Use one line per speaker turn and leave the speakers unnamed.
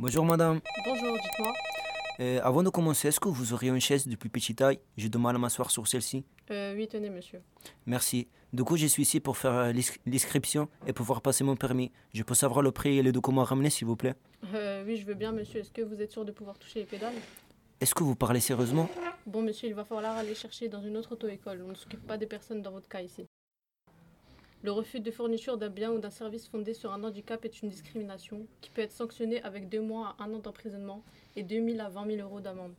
Bonjour madame.
Bonjour, dites-moi.
Euh, avant de commencer, est-ce que vous auriez une chaise de plus petite taille J'ai du mal à m'asseoir sur celle-ci.
Euh, oui, tenez, monsieur.
Merci. Du coup, je suis ici pour faire euh, l'ins- l'inscription et pouvoir passer mon permis. Je peux savoir le prix et les documents à ramener, s'il vous plaît
Euh, oui, je veux bien, monsieur. Est-ce que vous êtes sûr de pouvoir toucher les pédales
Est-ce que vous parlez sérieusement
Bon, monsieur, il va falloir aller chercher dans une autre auto-école. On ne s'occupe pas des personnes dans votre cas ici. Le refus de fourniture d'un bien ou d'un service fondé sur un handicap est une discrimination qui peut être sanctionnée avec deux mois à un an d'emprisonnement et 2 000 à 20 000 euros d'amende.